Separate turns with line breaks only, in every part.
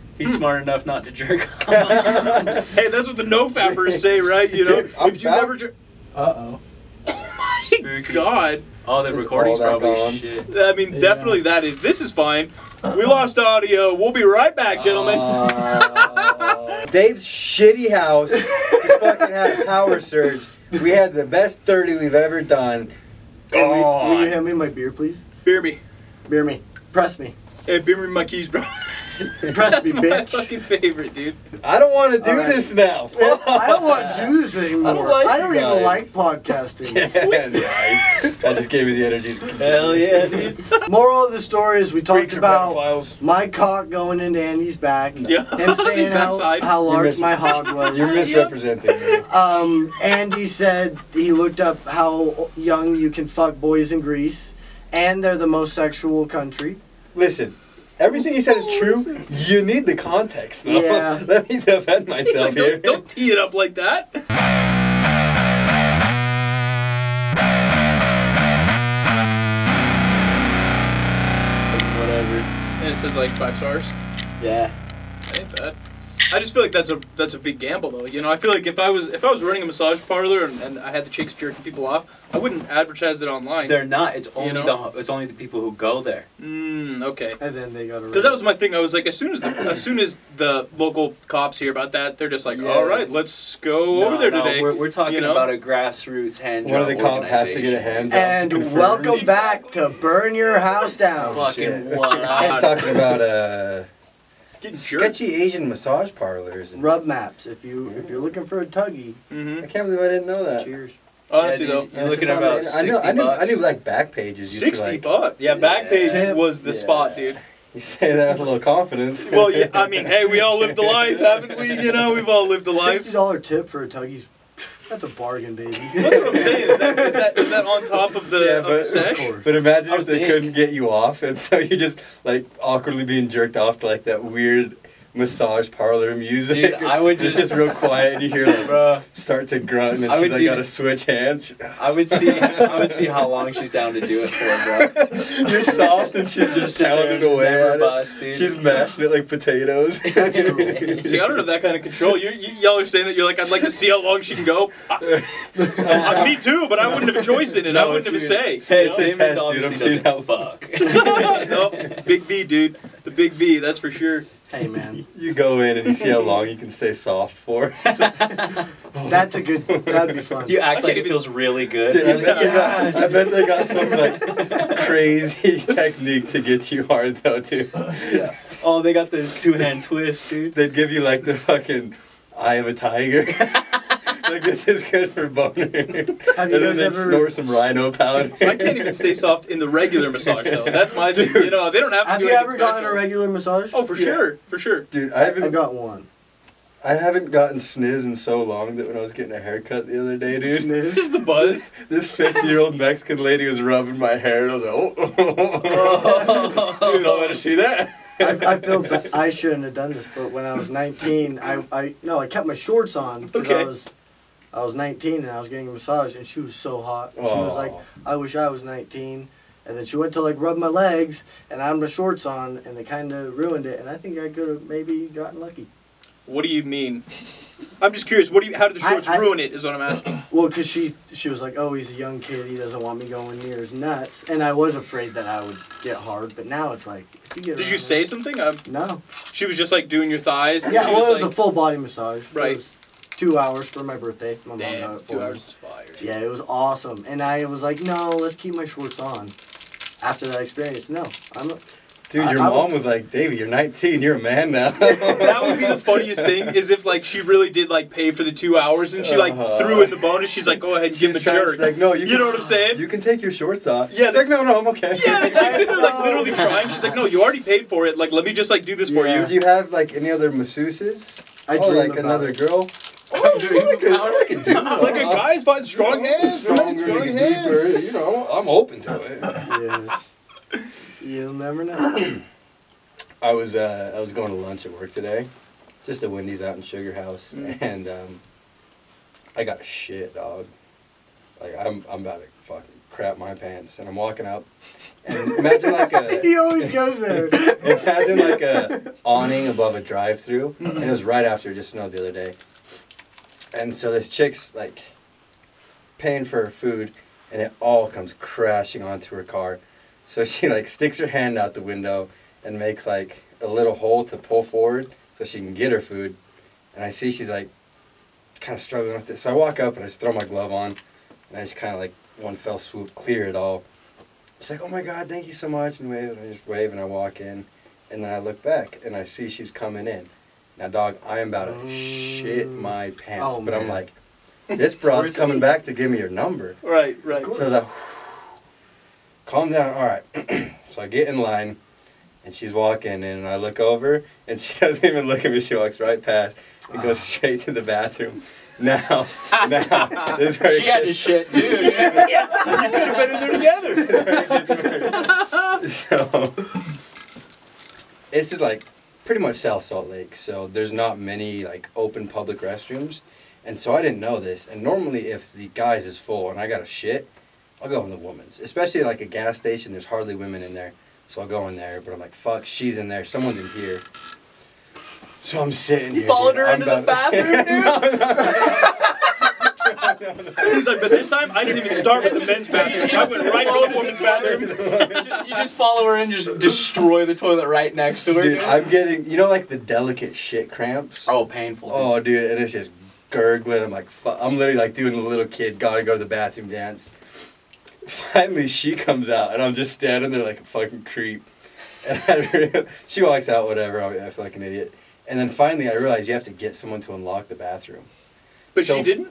Hmm.
He's smart enough not to jerk off.
hey, that's what the no fappers say, right? You know,
Dude, I'm
if you
fat.
never jerk,
Uh oh.
Spooky.
God,
All Oh, the
Is all
recording's
that
probably
gone?
shit.
I mean,
Yeah.
definitely that is. This is fine. We lost audio. We'll be right back, gentlemen.
Uh, Dave's shitty house just fucking had a power surge. We had the best 30 we've ever done.
God,
Will you hand me my beer, please?
beer me.
Beer me. Press me.
Hey, beer me my keys, bro.
Press me,
My
bitch.
fucking favorite, dude.
I don't want to do
All right.
this now.
Man,
Fuck.
I don't want to do this anymore. I don't,
like you
even
guys.
like podcasting.
That just gave me the energy to continue.
Hell yeah, dude.
Moral of the story is we talked about
pedophiles.
my cock going into Andy's back,
Yeah.
him saying
His
how,
backside.
how
You
large
missed-
my hog was.
You're misrepresenting me.
Um, Andy said he looked up how young you can fuck boys in Greece, and they're the most sexual country.
Listen, everything he said is true. You need the context, though.
Yeah.
Let me defend
He's
myself
like,
here.
don't, don't tee it up like that.
Whatever.
And it says like five stars.
Yeah.
I ain't bad. I just feel like that's a that's a big gamble though. You know, I feel like if I was if I was running a massage parlor and, and I had the chicks jerking people off, I wouldn't advertise it online.
They're not. It's only
know?
the it's only the people who go there.
Mm, okay.
And then they got
Because that was my thing. I was like, as soon as the as soon as the local cops hear about that, they're just like,
Yeah.
all right, let's go over
No,
there
no,
today.
We're, we're talking
you know?
about a grassroots hand
One
job
of the cop has to get a
organization.
hand
And
Confirmed.
welcome back to Burn Your House
Oh,
Down.
Fucking
Shit.
one
I was talking about uh,
Getting jerked.
sketchy Asian massage parlors. And
Rub maps if you if you're looking for a tuggy.
hmm
I can't believe I didn't know that.
Cheers.
Honestly
Yeah,
though,
dude,
I
You're
was
looking
just
at
on
about
the- I knew,
60
I knew,
bucks.
I knew like Backpages used
sixty
to like,
bucks. Yeah, Backpage
Yeah.
was the
Yeah.
spot, dude.
You say that with a little confidence.
Well, yeah, I mean, hey, we all lived a life, haven't we? You know, we've all lived a life.
Sixty dollar tip for a tuggy's that's a bargain, baby.
That's what I'm saying. Is that, is that, is that on top of the,
Yeah,
of the
but-
sesh?
Of course.
But
I
imagine if
would
they
think.
couldn't get you off, and so you're just like awkwardly being jerked off to like that weird massage parlor music.
Dude, I would
It's
just-
just real quiet, and you hear like
Bruh.
start to grunt, and then
I
she's
would
like,
do-
"Gotta switch hands."
I would see. I would see how long she's down to do it for, bro.
you're soft, and she's just
sit there
pounding
and
away
never
at it.
bust, dude.
She's mashing it like potatoes.
See, I don't have that kind of control. You, you, y'all are saying that you're like, I'd like to see how long she can go. I, I- me too, but I wouldn't have a choice in it. I
No,
wouldn't have a
it's
say.
Hey,
you
it's
know?
a test, dude.
obviously
I'm seeing how
doesn't fuck.
no, big B, dude. The big B, that's for sure.
Hey man.
you go in and you see how long you can stay soft for.
That's a good that'd be fun.
You act like
can't
it feels really good.
Dude,
You're
I,
like,
bet they got,
"Yeah."
I bet they got some like crazy technique to get you hard though too.
Oh, they got the two hand twist, dude.
They'd give you like the fucking eye of a tiger. like this is good for boner.
Have
and
you
then
guys
they'd
ever
snort some rhino powder.
I can't even stay soft in the regular massage, though. That's my thing. You know, they don't have to
have
do
you
anything
ever gotten
special.
a regular massage?
Oh, for sure. For sure.
Dude, I
I
haven't
got one.
I haven't gotten sniz in so long that when I was getting a haircut the other day, dude,
Snooze.
Just the buzz.
this fifty year old Mexican lady was rubbing my hair and I was like, oh, dude, I'll let her see that.
I, I feel ba- I shouldn't have done this, but when I was 19, I, I no, I kept my shorts on because
Okay.
I was I was 19 and I was getting a massage, and she was so hot. And She was
Aw.
like, "I wish I was 19." And then she went to like rub my legs, and I had my shorts on, and they kind of ruined it. And I think I could have maybe gotten lucky.
What do you mean? I'm just curious. What do you? How did the
I-
shorts
I-
ruin it? Is what I'm asking.
Well, because she she was like, "Oh, he's a young kid. He doesn't want me going near his nuts." And I was afraid that I would get hard, but now it's like, if you get
Did
around
you
it-
say something? Um,
no?
she was just like doing your thighs. and
Yeah,
she
well,
was
it was a
like,
full body massage. It
Right.
was two hours for my birthday. My mom got
Damn,
it for
two
me.
hours is fire.
Yeah, it was awesome. And I was like, no, let's keep my shorts on. After that experience, no, I'm.
Dude, your
I- I
mom
would-
was like, Davey, you're 19, you're a man now.
That would be the funniest thing is if like she really did like pay for the two hours and she like
Uh-huh.
threw in the bonus. She's like, go ahead and give
She's
him a
trying,
jerk.
she's like, no,
you
you, can,
know what I'm saying?
You can take your shorts off.
Yeah,
It's like, no, no, I'm okay.
yeah, the chick's in there like literally trying. She's like, no, you already paid for it. Like, let me just like do this for
Yeah.
Do
you.
you have like any other masseuses?
I
oh,
dream
like
about
another
it.
girl.
I'm doing powder.
Like a guy's fighting strong hands, right?
stronger,
Strong
you
hands.
get deeper. You know, I'm open to it.
Yeah. You'll never know.
I was uh, I was going to lunch at work today, just at Wendy's out in Sugar House, and um, I got shit, dog. Like I'm I'm about to fucking crap my pants, and I'm walking up. And imagine like a
he always goes there.
imagine like a awning above a drive-through, and it was right after it just snowed the other day. And so this chick's like paying for her food, and it all comes crashing onto her car. So she like sticks her hand out the window and makes like a little hole to pull forward so she can get her food. And I see she's like kind of struggling with it. So I walk up and I just throw my glove on and I just kind of like one fell swoop clear it all. She's like, oh my God, thank you so much. And wave, and I just wave and I walk in. And then I look back and I see she's coming in. Now, dog, I am about to shit my pants.
Oh,
but I'm
man.
like, this broad's coming back to give me your number.
Right, right.
So I was like, calm down. All right. so I get in line, and she's walking, in, and I look over, and she doesn't even look at me. She walks right past and
Ah.
goes straight to the bathroom. Now, now, this is where
She had to shit too. dude.
Could have been in there together.
to. so, this is like pretty much South Salt Lake. So there's not many like open public restrooms, and so I didn't know this. And normally, if the guys is full and I got a shit, I'll go in the woman's, especially like a gas station. There's hardly women in there, so I'll go in there. But I'm like, fuck, she's in there. Someone's in here. So I'm sitting
You
here.
followed
dude.
her
I'm
into the
about-
bathroom, dude.
He's like, but this time I didn't even start with the men's bathroom. I went right to the women's bathroom.
you just follow her and just destroy the toilet right next to her.
Dude,
Dude,
I'm getting, you know, like the delicate shit cramps.
oh, painful. dude.
Oh, dude, and it's just gurgling. I'm like, fu- I'm literally like doing the little kid, gotta go to the bathroom dance. Finally, she comes out, and I'm just standing there like a fucking creep. And I real- she walks out, whatever. I I feel like an idiot. And then finally, I realize you have to get someone to unlock the bathroom.
But
So-
she didn't.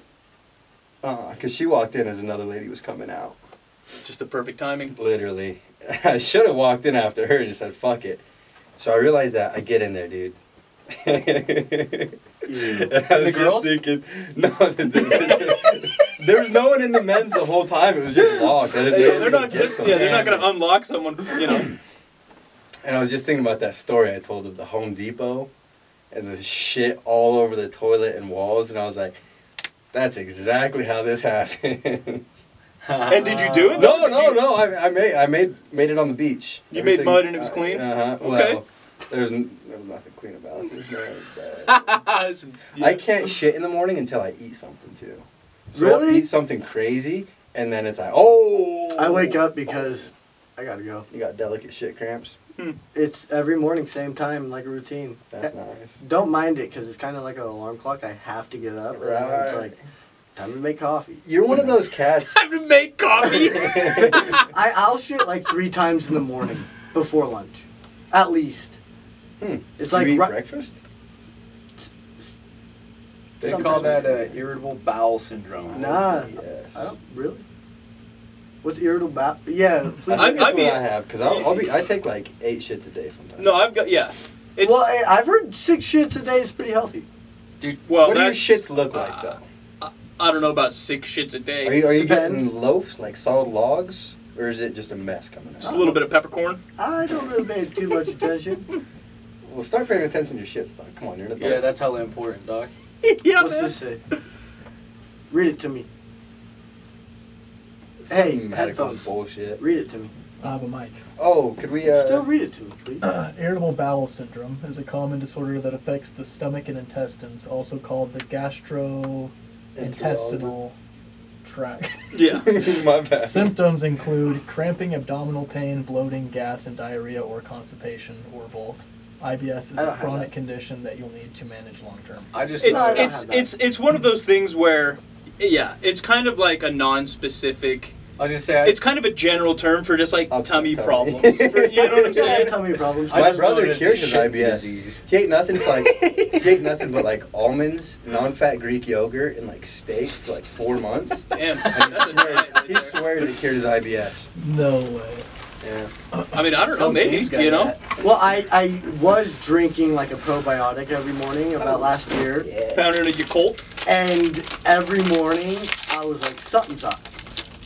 Uh, cause she walked in as another lady was coming out.
Just the perfect timing.
Literally, I should have walked in after her and just said fuck it. So I realized that I get in there, dude.
Ew.
And I
And the
was
girls?
just thinking, no, the, the- there was no one in the men's the whole time. It was just locked. I didn't-
Yeah, they're not.
get
Yeah, they're not
someone.
going to unlock someone. You know.
And I was just thinking about that story I told of the Home Depot and the shit all over the toilet and walls, and I was like, that's exactly how this happens.
And did you do it?
no, no, no. I, I made, I made, made it on the beach.
You made mud and it was clean?
Uh huh.
Okay.
Well, there's n- there was nothing clean about it. This man,
no.
I can't shit in the morning until I eat something too. So I'll
Really?
eat something crazy, and then it's like, oh.
I wake up because I gotta go.
You got delicate shit cramps.
It's every morning, same time, like a routine.
That's nice.
Don't mind it because it's kind of like an alarm clock. I have to get up. and then It's like time to make coffee.
You're one of those cats.
Time to make coffee.
I I'll shit like three times in the morning before lunch, at least.
Hmm.
It's
Do
like
you eat
ri-
breakfast.
They
Some
call
person-
that uh, irritable bowel syndrome.
uh,
Nah.
Yes.
I don't really. What's irritable about? Yeah.
I
Please.
I-
think that's
I'd be-
what I have because I'll, I'll be. I take like eight shits a day sometimes.
no, I've got. Yeah. It's
well, I- I've heard six shits a day is pretty healthy.
Dude,
well.
what do your
that's, uh,
shits look like though?
I don't know about six shits a day.
Are you are you
depends.
getting loaves like solid logs, or is it just a mess coming out?
Just a little bit of peppercorn.
I don't really pay too much attention.
Well, start paying attention to your shits though. Come on, you're an adult.
yeah, that's hella important, dog.
yeah,
What's
man.
this say? Read it to me.
Some
Hey,
medical
headphones.
bullshit.
Read it to me.
I have a mic.
Oh, could we? Uh,
Still read it to me, please.
Uh, irritable bowel syndrome is a common disorder that affects the stomach and intestines, also called the gastrointestinal tract.
Yeah.
My bad.
Symptoms include cramping, abdominal pain, bloating, gas, and diarrhea, or constipation, or both. IBS is
I don't
a
have
chronic
that.
condition that you'll need to manage long term.
I just
it's
No, I don't
it's
have that.
it's it's one of those things where, yeah, it's kind of like a non-specific.
I was gonna say I,
It's kind of a general term for just like
Upset
tummy
tummy.
problems. For- you know what I'm
Yeah,
saying?
tell me your problems.
I
My
just
brother
noticed
cured
the
his
shit
IBS.
disease.
He ate nothing but like he ate nothing but like almonds, non-fat Greek yogurt, and like steak for like four months.
Damn,
And he
that's a
swears,
diet right
he
there.
swears it cured his IBS.
No way.
Yeah.
I mean, I don't know. Maybe
James got
you know.
that.
Well, I, I was drinking like a probiotic every morning
Oh.
about last year,
Found it in a Yakult.
and every morning I was like something's up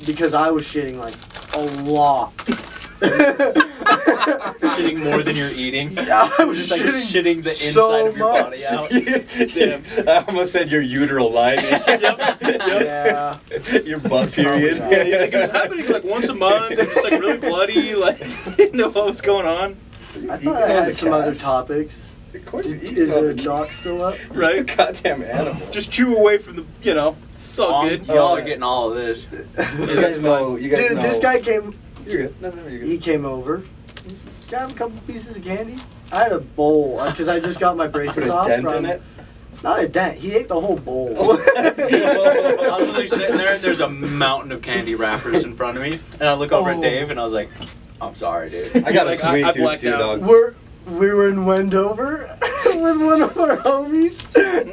because I was shitting like a lot.
shitting more than you're eating.
I was
Just like shitting, the inside
so
of your body
much.
out.
Damn. I almost said your uteral lining.
Yeah.
your butt period.
God.
Yeah, he's like, it was happening like once a month. I'm just like really bloody. Like, didn't know what was going on.
I
Eating
thought I
on the
had some other
cast?
topics.
Of course,
Is,
you eat
is
on
the
the- E
doc still up?
you
Right?
goddamn animal.
Just chew away from the, you know, it's all
Um,
good.
Y'all are getting all of this.
You guys know. You guys
Dude,
know.
this guy came.
You're good. No, no, you're
He
good.
came over. Got him a couple pieces of candy. I had a bowl because I just got my
Put
braces
a
off.
dent in
from,
it.
Not a dent. He ate the whole bowl.
I was literally sitting there, and there's a mountain of candy wrappers in front of me, and I look over at
Oh.
Dave, and I was like, "I'm sorry, dude."
I got
Like,
a
I-
sweet
I
tooth
blacked
too,
out.
dog.
We're we were in Wendover with one of our homies.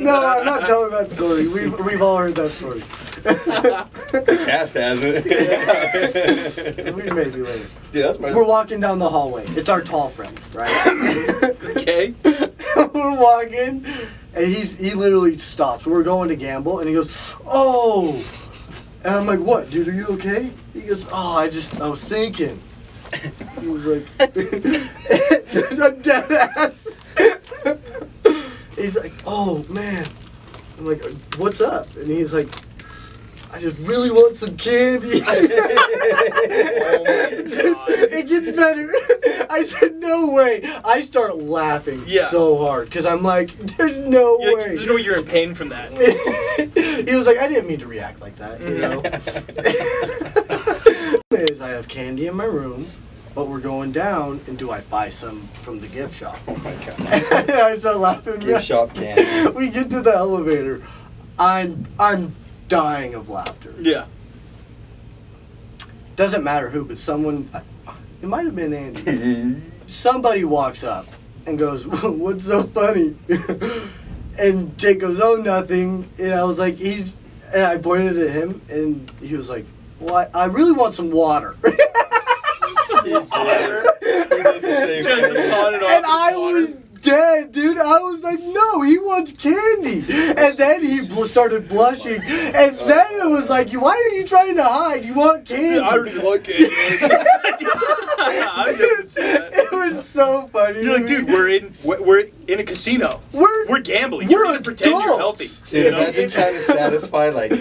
No, I'm not telling that story. We've we've all heard that story.
The cast has it.
we may be later.
Dude, that's my. Oh
We're walking down the hallway. It's our tall friend, right?
Okay.
we're walking, and he's he literally stops. We're going to gamble, and he goes, "Oh," and I'm like, "What, dude? Are you okay?" He goes, "Oh, I just I was thinking." He was like, "I'm dead ass." he's like, "Oh man," I'm like, "What's up?" And he's like. I just really want some candy. Dude, it gets better. I said, no way. I start laughing
Yeah.
so hard because I'm like, there's no
You're like,
way.
there's no way you're in pain from that.
he was like, I didn't mean to react like that, you know? Is I have candy in my room, but we're going down, and do I buy some from the gift shop?
oh my god.
I start laughing.
Gift shop candy.
We get to the elevator. I'm I'm dying of laughter.
Yeah. Doesn't
Doesn't matter who, but someone, it might have been Andy. somebody walks up and goes, "What's so funny?" and Jake goes, "Oh, nothing." And I was like, "He's," and I pointed at him, and he was like, "Well, I, I really want some water."
Some water.
Same
Just
thing.
pot it off
and
with
I
water.
was dead, dude. I was like, "No, he wants candy." And then he bl- started blushing, and then it was like, "Why are you trying to hide? You want candy?"
Yeah, Oh I already like it. I never said that.
it was so funny.
You're
to
like,
me.
dude, we're in we're, we're in a casino.
We're-
we're gambling. You're
we're
gonna pretend you're healthy.
adults.
Dude,
you know?
imagine trying to satisfy like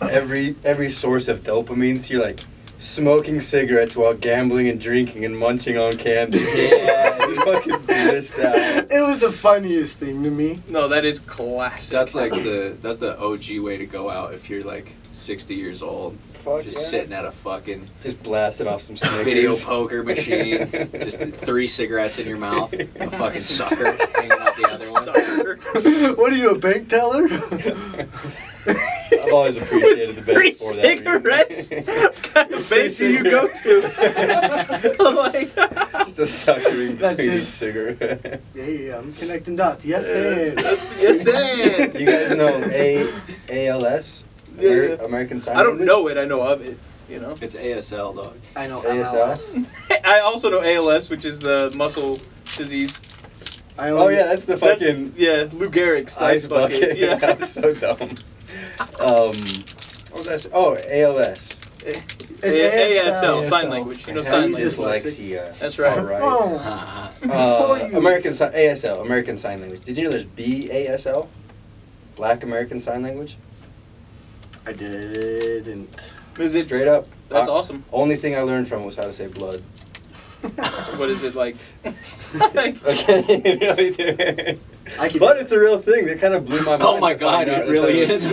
every every source of dopamine. So you're like smoking cigarettes while gambling and drinking and munching on candy.
Yeah,
you fucking blissed out.
It was the funniest thing to me.
No, that is classic.
That's like the that's the OG way to go out if you're like 60 years old,
Fuck
just
yeah.
sitting at a fucking
Just blasted off some Snickers.
video poker machine, just three cigarettes in your mouth, a fucking sucker hanging out the other one.
Sucker.
What are you, a bank teller?
I've always appreciated the best
Three
for that. reason.
cigarettes? what kind of base do you go to? Oh like,
Just a suckering
That's
between each
just-
cigarette.
yeah, yeah, I'm connecting dots. Yes,
that's-
and
yes, and.
you guys know A ALS?
Yeah,
Amer-
yeah.
American Sign
I don't
Language?
know it. I know of it. You know.
It's ASL dog.
I know ALS.
ASL?
I also know ALS, which is the muscle disease.
I
Oh
only-
yeah, that's the
That's-
fucking
yeah, Lou Gehrig's
ice bucket.
Yeah.
that was so dumb. Um, what was I say? Oh, ALS.
It's
A- ASL, sign
ASL.
language. You know,
Yeah,
sign
you
language.
just-
Dyslexia.
That's right.
All right.
Oh,
Uh-huh.
Uh,
you-
American sign ASL, American Sign Language. Did you know there's BASL, Black American Sign Language?
I didn't.
Is it?
Straight up.
That's
Uh,
awesome.
Only thing I learned from was how to say blood.
What is it like?
Okay, it really did.
I could.
But it's a real thing. That kind of blew my mind.
Oh my
to
god,
find out
it
that
really
that was-
is.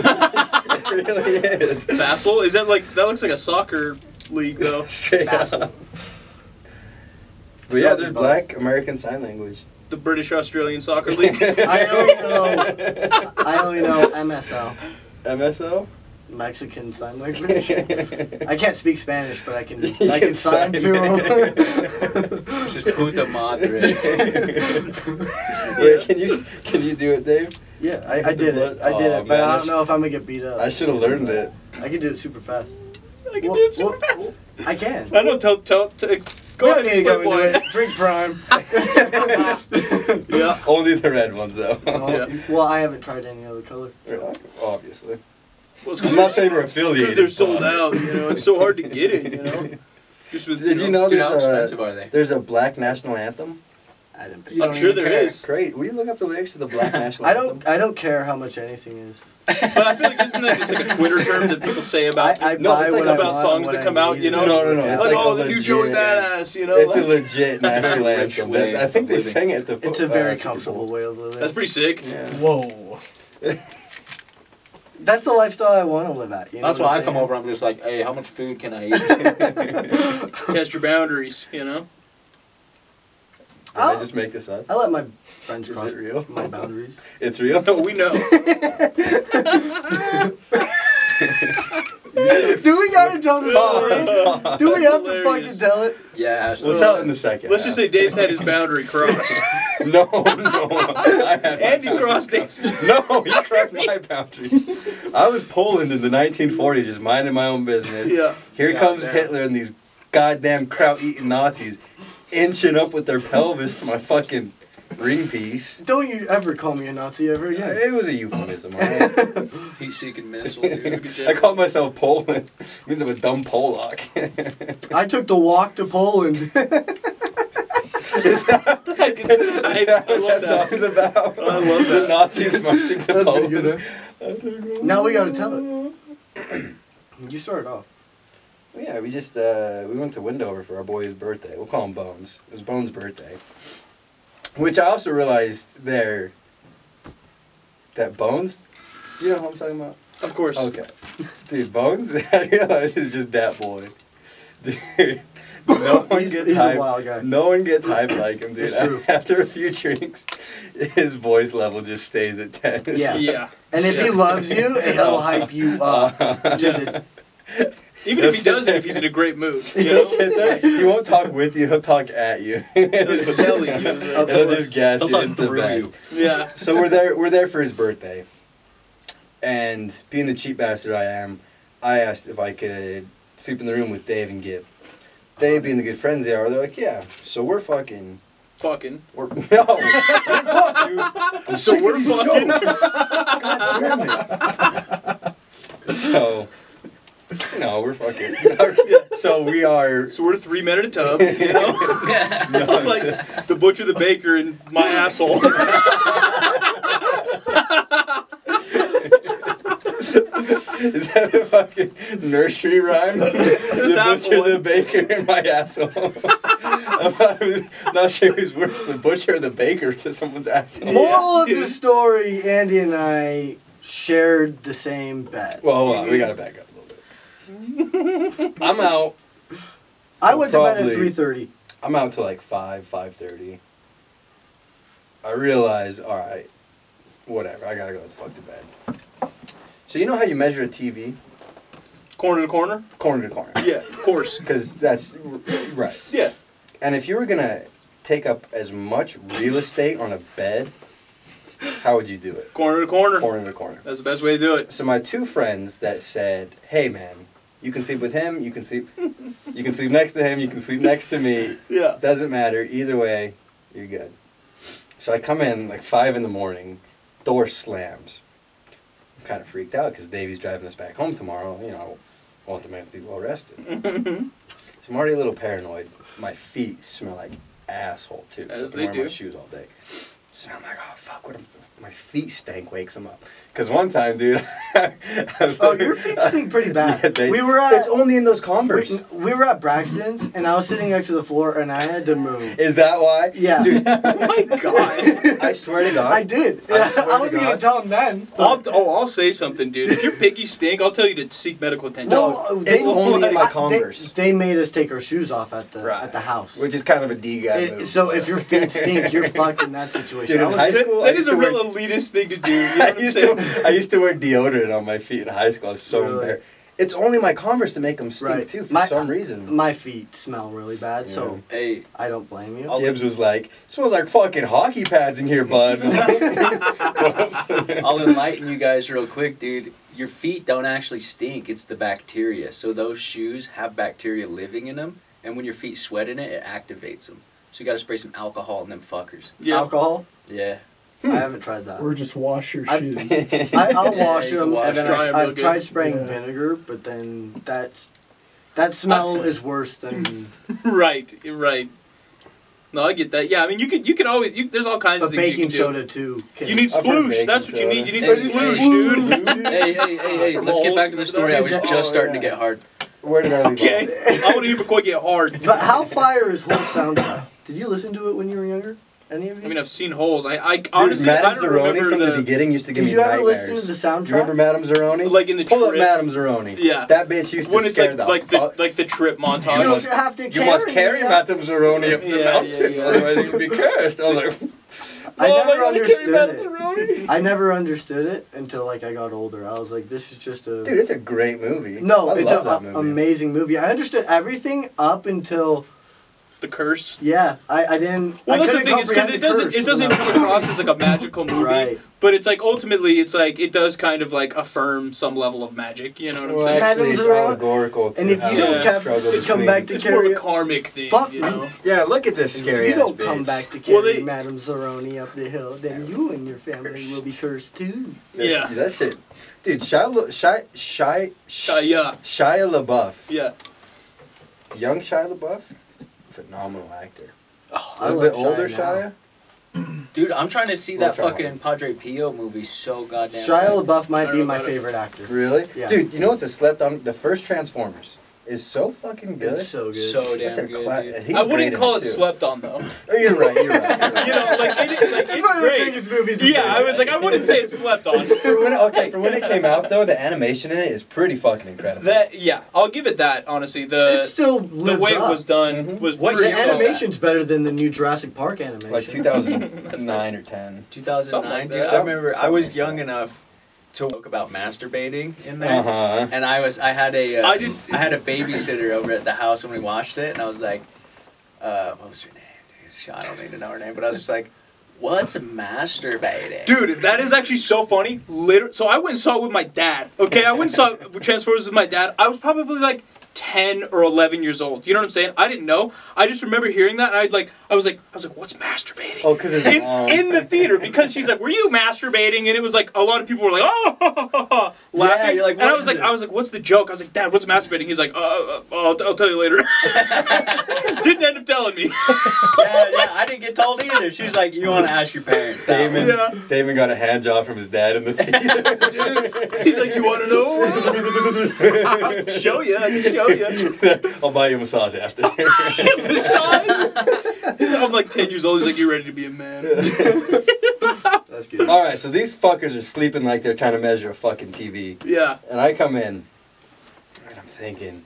it really is.
Vassal? Is that like that looks like a soccer league though?
Straight up. But yeah, there's Black American Sign Language.
The British Australian Soccer League.
I only know- I only know MSL,
MSO?
Mexican Sign Language. I can't speak Spanish, but I can.
You
I
can
can
sign.
sign to them.
Just puta madre.
Wait, can you can you do it, Dave?
yeah, I, I did it. I did
Aw,
it, but
Oh, man,
I
I sh-
don't know if I'm gonna get beat up.
I should have learned it.
I can do it super fast.
I can do it super
Well, well,
fast.
I can.
I don't tell tell. t-
We
go
don't
ahead
need to
and
go
go for
into
it.
it. Drink prime.
Yeah.
Only the red ones, though.
Yeah.
Well, I haven't tried any other color.
Obviously.
Well, it's
I'm not
because
saying we're affiliated.
they're sold
but-
out. You know, it's so hard to get it. You know. Just with
Did you know
Dude, how
there's
expensive
a,
are they?
there's a black national anthem?
I don't.
I'm sure there is.
Great. Will you look up the lyrics to the black national
I
anthem?
don't. I don't care how much anything is.
But I feel like isn't that just like a Twitter term that people say about
I- I
no,
buy
it's
what
like
I
about
want,
songs
what
that
I
come out,
need.
you know?
No, no, no,
Like,
it's like
oh,
a
the new Joey
legit-
Badass, you know?
It's a
like-
legit
That's a very
national
rich
anthem.
way
That- I think
of
they
living.
sang it. The
Oh,
It's
fo-
a very
uh, Super
comfortable
Bowl.
way of living.
That's pretty sick.
Yeah.
Whoa.
That's the lifestyle I want to live at. You know
That's
what
why
I'm
I come
saying?
over. I'm just like, hey, how much food can I eat?
Test your boundaries, you know?
Did I
Oh.
just make this up?
I let my friends
Is
cross
it real?
my boundaries.
It's real.
No, we know.
Do we gotta tell this story? Do we have to fucking
Hilarious.
tell it?
yeah, it's
We'll
the-
tell it in a second.
Let's just say Dave's had his boundary crossed.
no, no. I had my
Andy crossed Dave's.
No, you crossed my boundary. I was Poland in the 1940s, just minding my own business.
Yeah.
Here
God
comes
damn.
Hitler and these goddamn kraut-eating Nazis inching up with their pelvis to my fucking ring piece.
Don't you ever call me a Nazi ever again.
It was a euphemism. all right?
he's seeking missile, dude.
Good job.
I call myself Poland. It means I'm a dumb Polak.
I took the walk to Poland.
I,
That's
I
what
love
that
that.
song's about.
I love
The
that.
Nazis marching to
That's pretty good,
Poland. Oh.
now we gotta tell it. You started off.
Yeah, we just uh, we went to Wendover for our boy's birthday. We'll call him Bones. It was Bones' birthday, which I also realized there that Bones. You know who I'm talking about?
Of course.
Okay, dude, Bones. I realized is just that boy, dude. No one
He's-
gets
he's a
hyped.
wild guy.
No one gets hyped like him, dude.
It's true.
After a few drinks, his voice level just stays at ten. It's
Yeah.
Yeah.
And if he loves you, he'll hype you up to the
Even if he doesn't, if he's in a great mood. You
He'll
know?
sit there. He won't talk with you. He'll talk at you.
He's yelling, you know?
He'll just gas
He'll
you.
talk
It's the
through
best.
you.
Yeah.
So we're there. We're there for his birthday. And being the cheap bastard I am, I asked if I could sleep in the room with Dave and Gib. They, being the good friends they are, they're like, "Yeah." So we're fucking.
Fucking.
We're no. Fuck you.
So
I'm sick of
we're
these
fucking-
jokes. God damn it. So. No, we're fucking. So we are.
So we're three men in a tub, you know?
No,
I'm like the butcher, the baker, and my asshole.
Is that a fucking nursery rhyme? the
apple
butcher, the
one.
baker, and my asshole. I'm not sure who's worse, the butcher or the baker to someone's asshole.
Moral of the story, Andy and I shared the same bet.
Well, hold on, we gotta back up a little bit. I'm out.
I went to bed
probably-
at three thirty.
I'm out till like five, five thirty. I realize, all right, whatever. I gotta go the fuck to bed. So you know how you measure a TV,
corner to corner?
corner to corner,
Yeah, of course.
because that's right.
Yeah.
And if you were gonna take up as much real estate on a bed, how would you do it?
Corner to corner.
Corner to corner.
That's the best way to do it.
So my two friends that said, "Hey man, you can sleep with him. You can sleep. You can sleep next to him. You can sleep next to me.
Yeah.
Doesn't matter. Either way, you're good." So I come in like five in the morning. Door slams. I'm kind of freaked out because Davey's driving us back home tomorrow. You know, I want the man to be well rested. so I'm already a little paranoid. My feet smell like asshole too. 'cause
As
I've been
they
wearing my
do.
shoes all day. So I'm like, oh fuck, what? am my feet stank wakes him up. Cause one time, dude, I was
Oh,
like-
your feet stink pretty bad.
Yeah, they-
we were at
It's only in those Converse.
we, we were at Braxton's, and I was sitting next to the floor, and I had to move.
Is that why?
Yeah.
dude.
My God.
I swear to God,
I did.
I
I,
swear to God.
wasn't gonna tell him then.
I'll, oh, I'll say something, dude. If your piggy stink, I'll tell you to seek medical attention.
No,
it's only in my
I- they-
Converse.
They, made us take our shoes off at the
Right.
at the house.
which is kind of a D guy.
It-
move,
so
but-
if your feet stink, you're fucked in that situation.
Dude,
I
in
was-
high
That-
school, I
that is
used
a
to
real
wear-
elitist thing to do. You know
I
what I'm
used
saying?
to, I used to wear deodorant on my feet in high school. I was so
Really?
embarrassed. It's only my Converse that make them stink
Right.
too for
My-
some reason.
my feet smell really bad, so
hey,
I don't blame you.
I'll-
Gibbs was like, "Smells like fucking hockey pads in here, bud."
I'll enlighten you guys real quick, dude. Your feet don't actually stink, it's the bacteria. So those shoes have bacteria living in them, and when your feet sweat in it, it activates them. So you gotta spray some alcohol on them fuckers.
Yeah. Hmm.
Alcohol?
Yeah.
I haven't tried that.
Or just wash your
I-
shoes.
I, I'll
Yeah,
wash
you
them.
wash
and then
them. Dry 'em
I,
real
I've
good.
tried spraying
Yeah.
vinegar, but then that's That smell
Uh,
is worse than
right, right. No, I get that. Yeah, I mean, you could you could always you, there's all kinds
but
of things you
baking
can
soda too.
do.
can-
You need
I've heard
sploosh.
baking
That's what you
soda.
need. You need
Oh,
some
you need
sploosh,
sploosh.
dude.
hey, hey, hey, hey, let's get back to the story. I was just
Oh,
starting to
yeah.
get hard.
Where did I leave
Okay,
off?
I want to hear McCoy get hard.
But how fire is whole soundtrack? Did you listen to it when you were younger? Any of you?
I mean, I've seen holes. I, I honestly,
Dude,
I
Madame
don't
Zeroni
remember
from the,
the
beginning used to give me
Did you ever
nightmares.
listen to the
Do
soundtrack?
you remember Madame Zeroni?
Like in the
Pull
trip.
up Madame Zeroni.
Yeah.
That bitch used to
when it's
scare
like
the
like the
fuck-
like the trip montage.
you
must-
have to
You must carry
me.
Madame Zeroni up the
Yeah, yeah,
mountain,
yeah.
otherwise you'll be cursed. I was like,
I
Oh,
never
I'm gonna carry
understood
Madame
it.
Zeroni.
I never understood it until like I got older. I was like, this is just a
dude, it's a great movie.
no,
I
it's
love
an
that movie.
amazing movie. I understood everything up until
The curse.
yeah, I, I didn't.
Well,
I
that's the
couldn't
thing. It's because
comprehend
it
the
doesn't
curse
it doesn't
when
come
I-
across as like a magical movie,
Right.
but it's like ultimately it's like it does kind of like affirm some level of magic. You know what I'm
Well,
saying?
actually,
Madame
it's
Zeroni-
allegorical to
And if
how
you don't
they
cap-
struggle
come
between-
back to
It's more of a
Carry-
karmic thing.
Fuck
you
me.
know?
Yeah, look at this
If
scary
you
ass
don't
bitch.
come back to carry
Well, they-
Madame Zeroni up the hill, then you and your family will be cursed too.
Yeah.
That's- that shit, dude. Shia, Shia, Shia,
Uh,
Shia,
yeah.
Shia LaBeouf,
Yeah.
young Shia LaBeouf, phenomenal actor.
Oh,
A little bit older, Shia.
Dude, I'm trying to see
We'll
that
try one.
fucking Padre Pio movie so goddamn. bad.
Shia LaBeouf
I
might
don't
be
know
my
about it.
favorite actor.
Really,
Yeah.
dude. You know what's a slept on? The first Transformers is so fucking good.
It's so good.
So damn
That's a
good.
cla-
dude.
he's
I
great
wouldn't
in
call it
too.
slept on though.
Oh, You're right. You're right. You're right.
You know, like, it, is- like
It's
it's
one of the
great.
biggest movies. of
Yeah,
all
I was like, I wouldn't say it's slept on.
for when, okay, for when it came out though, the animation in it is pretty fucking incredible.
That yeah, I'll give it that. Honestly,
time. it
the
still
the
lives
way
up.
it was done
Mhm.
was
What
The
year
pretty
was
solid.
that?
animation's better than the new Jurassic Park animation.
like 2009 or 10.
2009,
Something like
dude.
that.
I remember I
Something
was
like
young
that.
enough to talk about masturbating in there.
Uh huh.
And I was, I had a, uh,
I didn't-
I had a babysitter over at the house when we watched it, and I was like, uh, what was her name? dude? Shit, I don't need to know her name, but I was just like, what's masturbating?
Dude, that is actually so funny. Liter- so I went and saw it with my dad. Okay, I went and saw Transformers with my dad. I was probably like ten or eleven years old. You know what I'm saying? I didn't know. I just remember hearing that. And I like, I was like, I was like, what's masturbating?
Oh, because it's
in,
long.
in the theater because she's like, "Were you masturbating?" And it was like a lot of people were like, "Oh, laughing."
Yeah, you're like,
and I
"What
was
is
like,
it?"
"I was like, what's the joke?" I was like, "Dad, what's masturbating?" He's like, "Uh, uh, uh I'll, I'll tell you later." Didn't end up telling me.
yeah, yeah, I didn't get told either. She was like, you want to ask your parents. That
Damon,
one.
Yeah.
Damon got a hand job from his dad in the theater.
He's like, "You want to know?" I'll show you. I'll show you.
I'll buy you a massage after.
Massage. He's like, I'm like ten years old. He's like, "You're ready to be a man."
That's good.
Oh,
All right, so these fuckers are sleeping like they're trying to measure a fucking TV,
Yeah.
and I come in, and I'm thinking,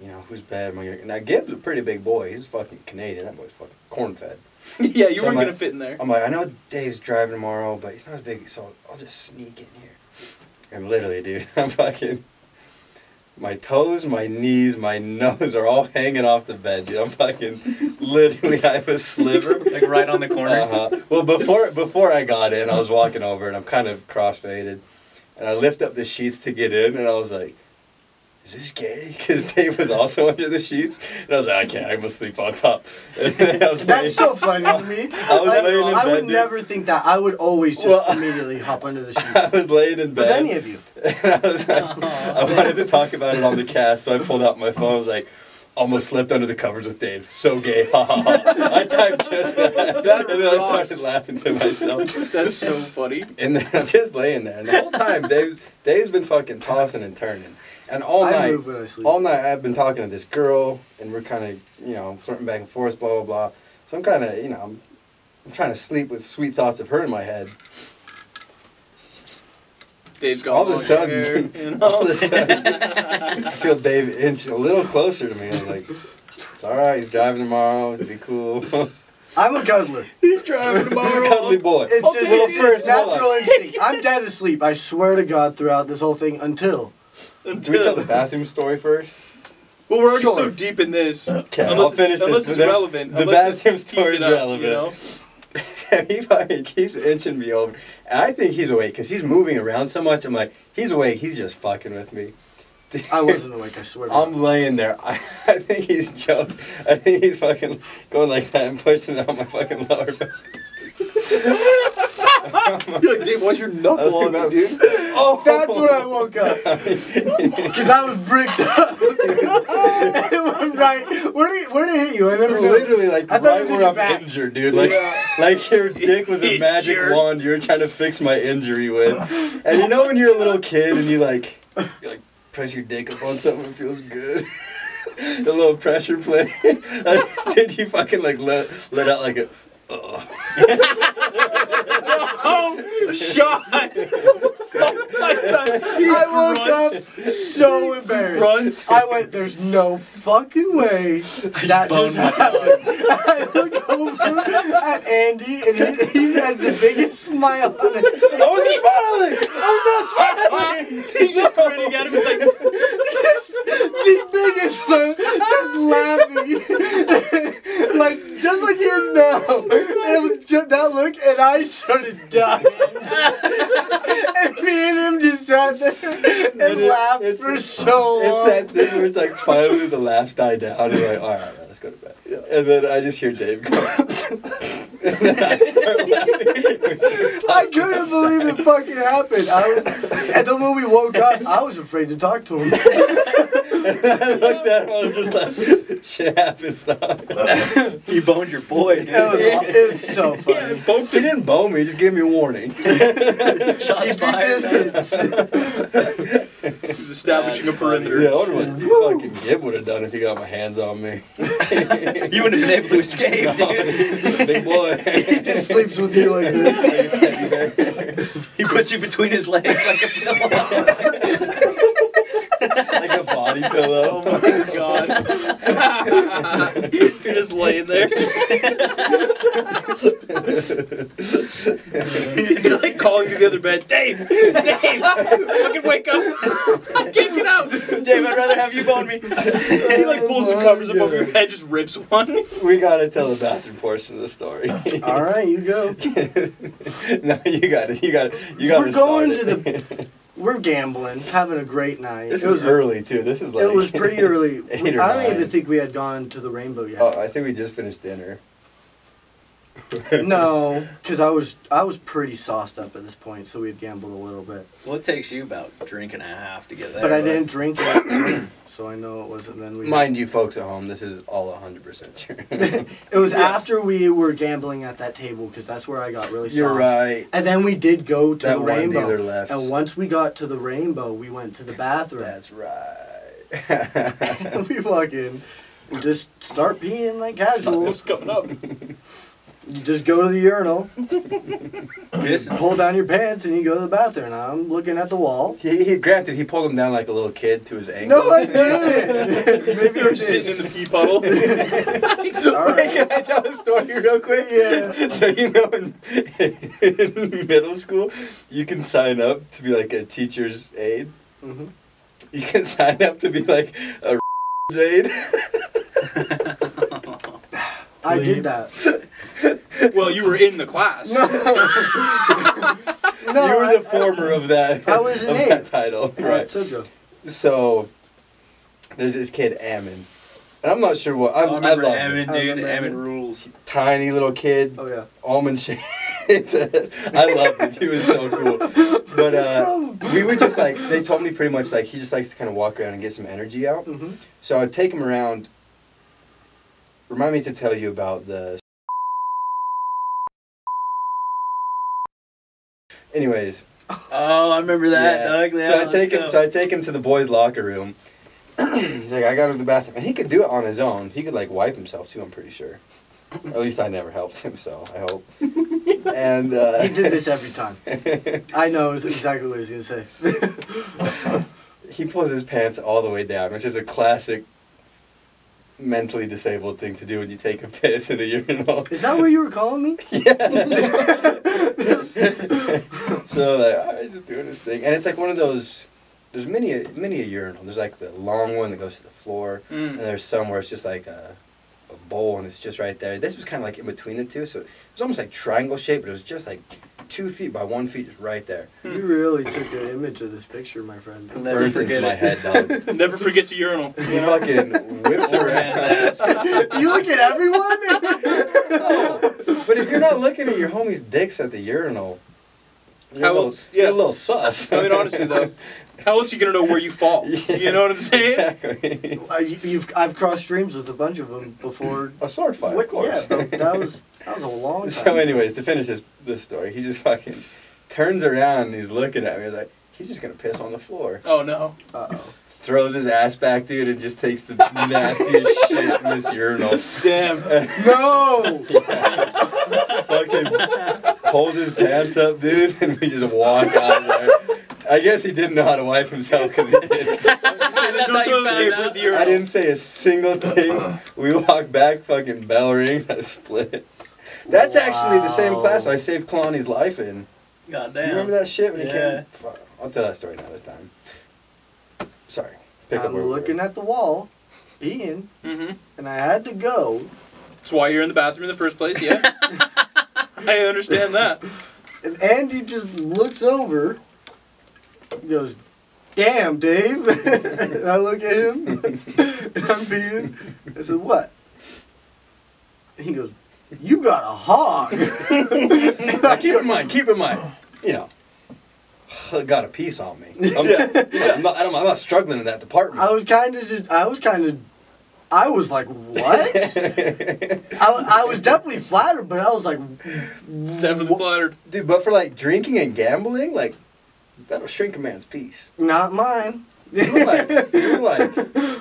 you know, who's bad am I gonna? Now Gibbs a pretty big boy. He's fucking Canadian. That boy's fucking corn fed.
Yeah, you
So
weren't
my-
gonna fit in there.
I'm like, I know Dave's driving tomorrow, but he's not as big, so I'll just sneak in here. And literally, dude, I'm fucking. My toes, my knees, my nose are all hanging off the bed, dude. I'm fucking. Literally, I have a sliver.
Like right on the corner.
Uh-huh. Well, before before I got in, I was walking over and I'm kind of crossfaded, and I lift up the sheets to get in, and I was like, "Is this gay?" Because Dave was also under the sheets, and I was like, "I can't. I must sleep on top." And then I was
That's so funny to me.
I was
Like,
laying in
I
bed,
would
dude.
never think that. I would always just
Well,
immediately hop under the
I
sheet.
was laying in
With
bed.
any of you. Uh-huh.
And I was like, I wanted to talk about it on the cast, so I pulled out my phone. I was like, almost slept under the covers with Dave. So gay. Ha ha ha. I typed just that.
That
and then I
rocks.
started laughing to myself.
That's so funny.
And then I'm just laying there. And the whole time, Dave's, Dave's been fucking tossing and turning. And all
I
night,
move when I sleep.
all night I've been talking to this girl, and we're kind of, you know, flirting back and forth, blah, blah, blah. So I'm kind of, you know, I'm, I'm trying to sleep with sweet thoughts of her in my head.
Dave's got
All of a
long hair,
sudden,
Oh, you know?
all of a sudden, I feel Dave inch a little closer to me. I was like, it's all right. He's driving tomorrow. It'll be cool.
I'm a cuddler.
he's driving
He's a cuddly boy.
It's just
little
it's
first
natural instinct. I'm dead asleep. I swear to God, throughout this whole thing, until
Do we tell the bathroom story first?
Well, we're already
Sure.
so deep in this.
Okay,
unless
I'll finish
unless it's
this, but then
relevant.
the
unless
bathroom
it's
story is
teasing up,
relevant.
You know?
So he fucking keeps inching me over. And I think he's awake because he's moving around so much. I'm like, he's awake. He's just fucking with me. Dude,
I wasn't awake. I swear. To God.
I'm laying there. I, I think he's choked. I think he's fucking going like that and pushing out my fucking lower back.
You're like, Dave, why's your
I
knuckle
look
on
up,
it?
dude.
Oh, that's where I woke up. Because I was bricked up. right. Where did, it- where did it hit you? I never knew.
Literally, like
I thought it
right
was in
where
your
I'm
back.
injured, dude. Like, like your dick was a magic
Injured.
wand you were trying to fix my injury with. And you know when you're a little kid and you like, you like press your dick up on something, it feels good. a little pressure play. Like, Did you fucking like let let out like a?
Oh, shot! oh my god!
I woke up so embarrassed.
Runs.
I went, there's no fucking way that
boned
just
my
happened. I look over at Andy and he, he has the biggest smile on his face.
I was smiling. I was not smiling.
He's just grinning at him. It's like,
the biggest smile, just laughing. like, just like he is now. And it was just that look and I started dying. and me and him just sat there and
It is-
laughed
it's-
for so long.
It's that thing where it's like finally the laughs die down and you're like, all right, all right, let's go to bed. And then I just hear Dave go. and then I start laughing.
I couldn't believe it fucking happened. I was, and then when we woke up, I was afraid to talk to him.
I looked at him and I'm just like, shit happens. now."
You boned your boy.
It was, it was so funny.
both
he didn't bow me, he just gave me a warning.
Shots
Keep your
fired.
distance.
is establishing a perimeter.
Yeah, I wonder what fucking Gib would have done if he got my hands on me.
You wouldn't have been able to escape, dude.
Big boy.
He just sleeps with you like this.
He puts you between his legs like a pillow.
like a body pillow.
my god. You're just laying there. You're like calling to the other bed, Dave! Dave! Fucking wake up! I can't get out!
Dave, I'd rather have you bone me.
He like pulls the
my
covers up over your
God.
head, just rips one.
we gotta tell the bathroom portion of the story.
All right, you go.
no, you got it. You got it. You got
We're going to the. We're gambling, having a great night.
This
it was
is early too. This is like.
It was pretty early.
Eight or
I don't
nine.
even think we had gone to the Rainbow yet.
oh, I think we just finished dinner.
no, because I was I was pretty sauced up at this point, so we had gambled a little bit.
Well, it takes you about a drink and a half to get there.
But I didn't drink it, so I know it wasn't. Then we
Mind you, folks at home, this is all 100% true.
It was
Yeah.
after we were gambling at that table because that's where I got really.
You're
sauced.
right.
And then we did go to
That
the
one
rainbow.
dealer left.
And once we got to the rainbow, we went to the bathroom.
That's right.
we walk in, we just start peeing like casuals.
What's coming up?
You just go to the urinal,
This,
pull down your pants, and you go to the bathroom. I'm looking at the wall.
he, he granted he pulled him down like a little kid to his ankle.
No, I didn't. Maybe I
You're sitting
did.
in the pee puddle.
All
Wait,
right.
can I tell a story real quick?
Yeah.
So you know, in, in middle school, you can sign up to be like a teacher's aide.
Mhm.
You can sign up to be like a aide.
I did that.
well, you were in the class.
No,
you were
I-
the former of that.
I was an
of that
aide.
title,
I-
right?
So Joe.
So there's this kid Ammon, and I'm not sure what I,
I
I,
remember
love
Ammon,
him.
I
dude.
remember
Ammon
Ammon.
rules.
Tiny little kid,
Oh yeah.
almond shaped. I loved him. He was so cool. But uh, we would just like they told me pretty much like he just likes to kind of walk around and get some energy out.
Mm-hmm.
So I'd take him around. Remind me to tell you about the. Anyways,
Oh, I remember that,
yeah.
Doug. Yeah,
so I
let's
take him.
go.
So I take him to the boys' locker room. He's like, I gotta go to the bathroom, and he could do it on his own. He could like wipe himself too. I'm pretty sure. At least I never helped him, so I hope. and uh,
He did this every time. I know exactly what he's gonna say.
He pulls his pants all the way down, which is a classic mentally disabled thing to do when you take a piss in a urinal.
Is that what you were calling me?
so like, all right, he's just doing his thing, and it's like one of those. There's many a many a urinal. There's like the long one that goes to the floor, and
Mm.
there's some where it's just like a, a bowl, and it's just right there. This was kind of like in between the two, so it was almost like triangle shape, but it was just like two feet by one feet, just right there.
You really took an image of this picture, my friend.
And Never
Burns into
forget
my
it.
head, dog.
Never forgets a urinal.
He fucking whips
Superman's
around.
ass.
Do you look at everyone?
but if you're not looking at your homie's dicks at the urinal, You're a
How
little,
else-
you're
yeah.
a little sus.
I mean, honestly, though, how else you gonna know where you fall? You know what I'm saying?
Exactly.
I, you've I've crossed streams with a bunch of them before.
A sword fight,
What-
Oh, of course.
Yeah, but that was that was a long time.
So, anyways, to finish this, this story, he just fucking turns around and he's looking at me. He's like, he's just gonna piss on the floor.
Oh no.
Uh-oh.
Throws his ass back, dude, and just takes the nastiest shit in this urinal.
Damn.
No.
Fucking pulls his pants up, dude, and we just walk out of there. I guess he didn't know how to wipe himself because he didn't.
That's how you found out.
I didn't say a single thing. We walked back, fucking bell rings, I split. That's actually the same
Wow.
class I saved Kalani's life in.
God
You
damn.
remember that shit when he
Yeah.
came? Fuck. I'll tell that story another time. Sorry. Pick up
I'm
where
looking at the wall, Ian,
Mm-hmm.
and I had to go.
That's why you're in the bathroom in the first place. Yeah. I understand that.
And Andy just looks over, and goes, "Damn, Dave!" and I look at him, and I'm being. I said, "What?" And he goes, "You got a hog." And I
keep
go,
in mind, keep in mind, you know, got a piece on me. I'm, you know, I'm not, I'm not struggling in that department.
I was kind of just. I was kind of. I was like, "What?" I, I was definitely flattered, but I was like,
Definitely
Wha-
flattered.
Dude, but for like drinking and gambling, like, that'll shrink a man's peace.
"Not mine."
You look like, you look like,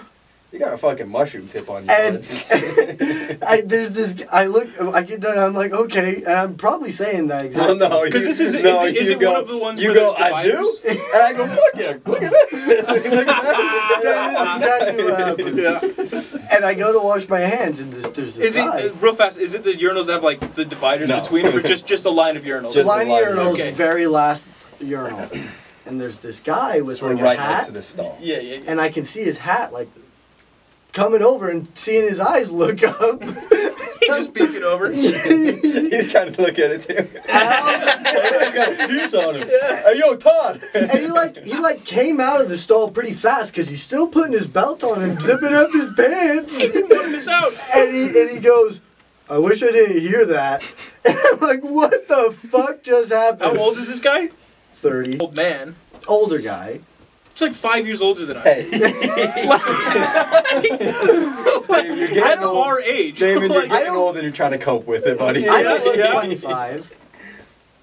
you got a fucking mushroom tip on you.
And- I there's this. I look. I get done. I'm like, okay, and I'm probably saying that
Oh,
exactly.
Because this is- is it- is it one of the ones
you
where
go,
there's
I do, and
dividers?
I go, fuck yeah, look at that. Look at that.
that is exactly what happened.
Yeah.
And I go to wash my hands, and there's, there's this
Is it
guy.
uh, real fast? Is it the urinals that have like the dividers
No.
between them, or just just a line of urinals?
Just-
line
the line,
urinal's
okay.
very last urinal, and there's this guy with
So we're
like
right
a hat,
next to this stall.
yeah, yeah, yeah.
and I can see his hat like coming over and seeing his eyes look up.
just peeking over.
He's trying to look at it too.
and
I got a piece on him. Hey, yo, Todd.
he like he like came out of the stall pretty fast because he's still putting his belt on and zipping up his pants.
Putting this out.
and he and he goes, I wish I didn't hear that. And I'm like, what the fuck just
How
happened?
old is this guy?
Thirty,
Old man.
older guy.
It's like five years older than I.
Hey, Dave, you're
That's
getting old.
our age.
Damon, you're
Like,
getting
don't-
old and you're trying to cope with it, buddy.
I don't look
yeah.
25.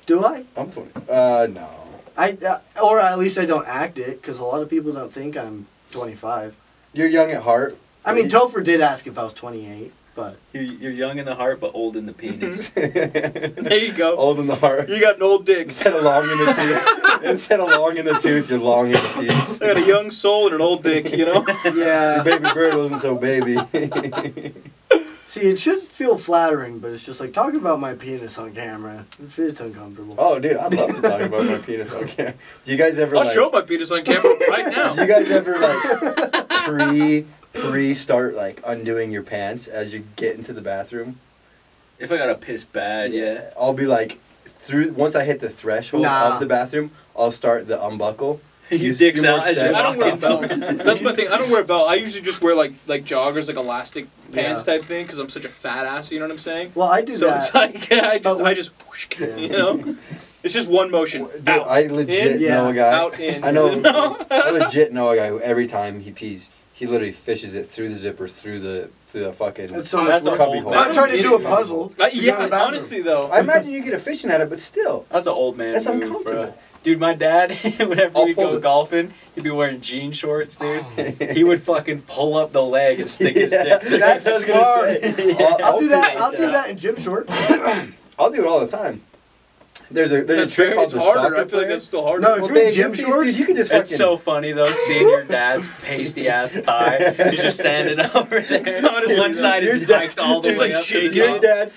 Do I?
I'm 20. Uh, no.
I uh, or at least I don't act it because a lot of people don't think I'm 25.
You're young at heart.
I mean, Topher did ask if I was 28, but
You're, you're young in the heart, but old in the penis.
there you go.
old in the heart.
You got an old dick.
Instead of long in the tooth, instead of long in the tooth, you're long in the piece.
I got a young soul and an old dick. You know.
yeah.
Baby bird wasn't so baby.
See, it should feel flattering, but it's just like talking about my penis on camera. It feels uncomfortable.
oh, dude, I'd love to talk about my penis on camera. Do you guys ever
I'll
like?
show my penis on camera right now.
do you guys ever like pre pre start like undoing your pants as you get into the bathroom?
if I got to piss bad, yeah.
I'll be like through once I hit the threshold
Nah.
of the bathroom, I'll start the unbuckle.
Your
Use a
dick's
few more
out as you
steps.
I don't wear a
Fucking
belt. That's my thing. I don't wear a belt. I usually just wear like like joggers, like elastic
Yeah.
pants type thing, because I'm such a fat ass. You know what I'm saying?
Well, I do
So
that.
it's like I just
But
I
when-
just whoosh, you know, it's just one motion.
Dude,
out.
I legit
in,
yeah,
know a guy.
out, in.
I know.
No.
I legit know a guy who every time he pees, he literally fishes it through the zipper, through the through the fucking.
It's so much
That's a
work.
cubby
whole-
hole.
I'm trying to
It
do a
is.
puzzle.
Uh,
to go to
yeah,
the bathroom.
honestly though,
I imagine you get a fishing at it, but still,
That's an old man.
That's
move,
uncomfortable.
bro. Dude, my dad, whenever
I'll
we'd
pull
go
it. Oh,
golfing, he'd be wearing jean shorts, dude. he would fucking pull up the leg and stick his
Yeah,
dick.
That's
what I was gonna
smart.
say.
I'll do that.
it.
I'll do that in gym shorts.
I'll do it all the time. There's a there's
that's
a trick
very-
called
it's
the
harder. I
soccer
feel like
player.
that's still harder.
No,
Well,
If you're in
Dave,
gym
you pees,
shorts,
dude, you can just
It's so
fucking.
funny though, seeing your dad's pasty ass thigh. He's just standing over there.
Honestly,
One
though,
side
your
is
dad-
diked all the
just,
way
like,
up to the
shaking.
Your
top.
dad's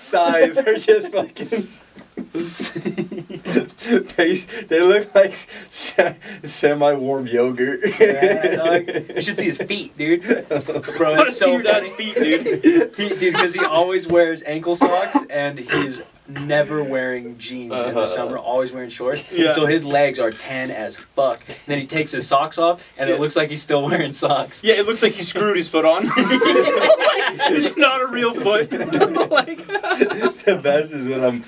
thighs are just fucking. Paste. They look like se- semi-warm yogurt.
Yeah, dog. You should see his feet, dude. Bro,
want to
it's
see
so
your dad's
funny.
feet, dude.
He, dude, because he always wears ankle socks and he's never wearing jeans in
Uh-huh.
the summer, always wearing shorts.
Yeah.
So his legs are tan as fuck. And then he takes his socks off and
Yeah.
it looks like he's still wearing socks.
Yeah, it looks like he screwed his foot on. it's not a real foot. like,
the best is when I'm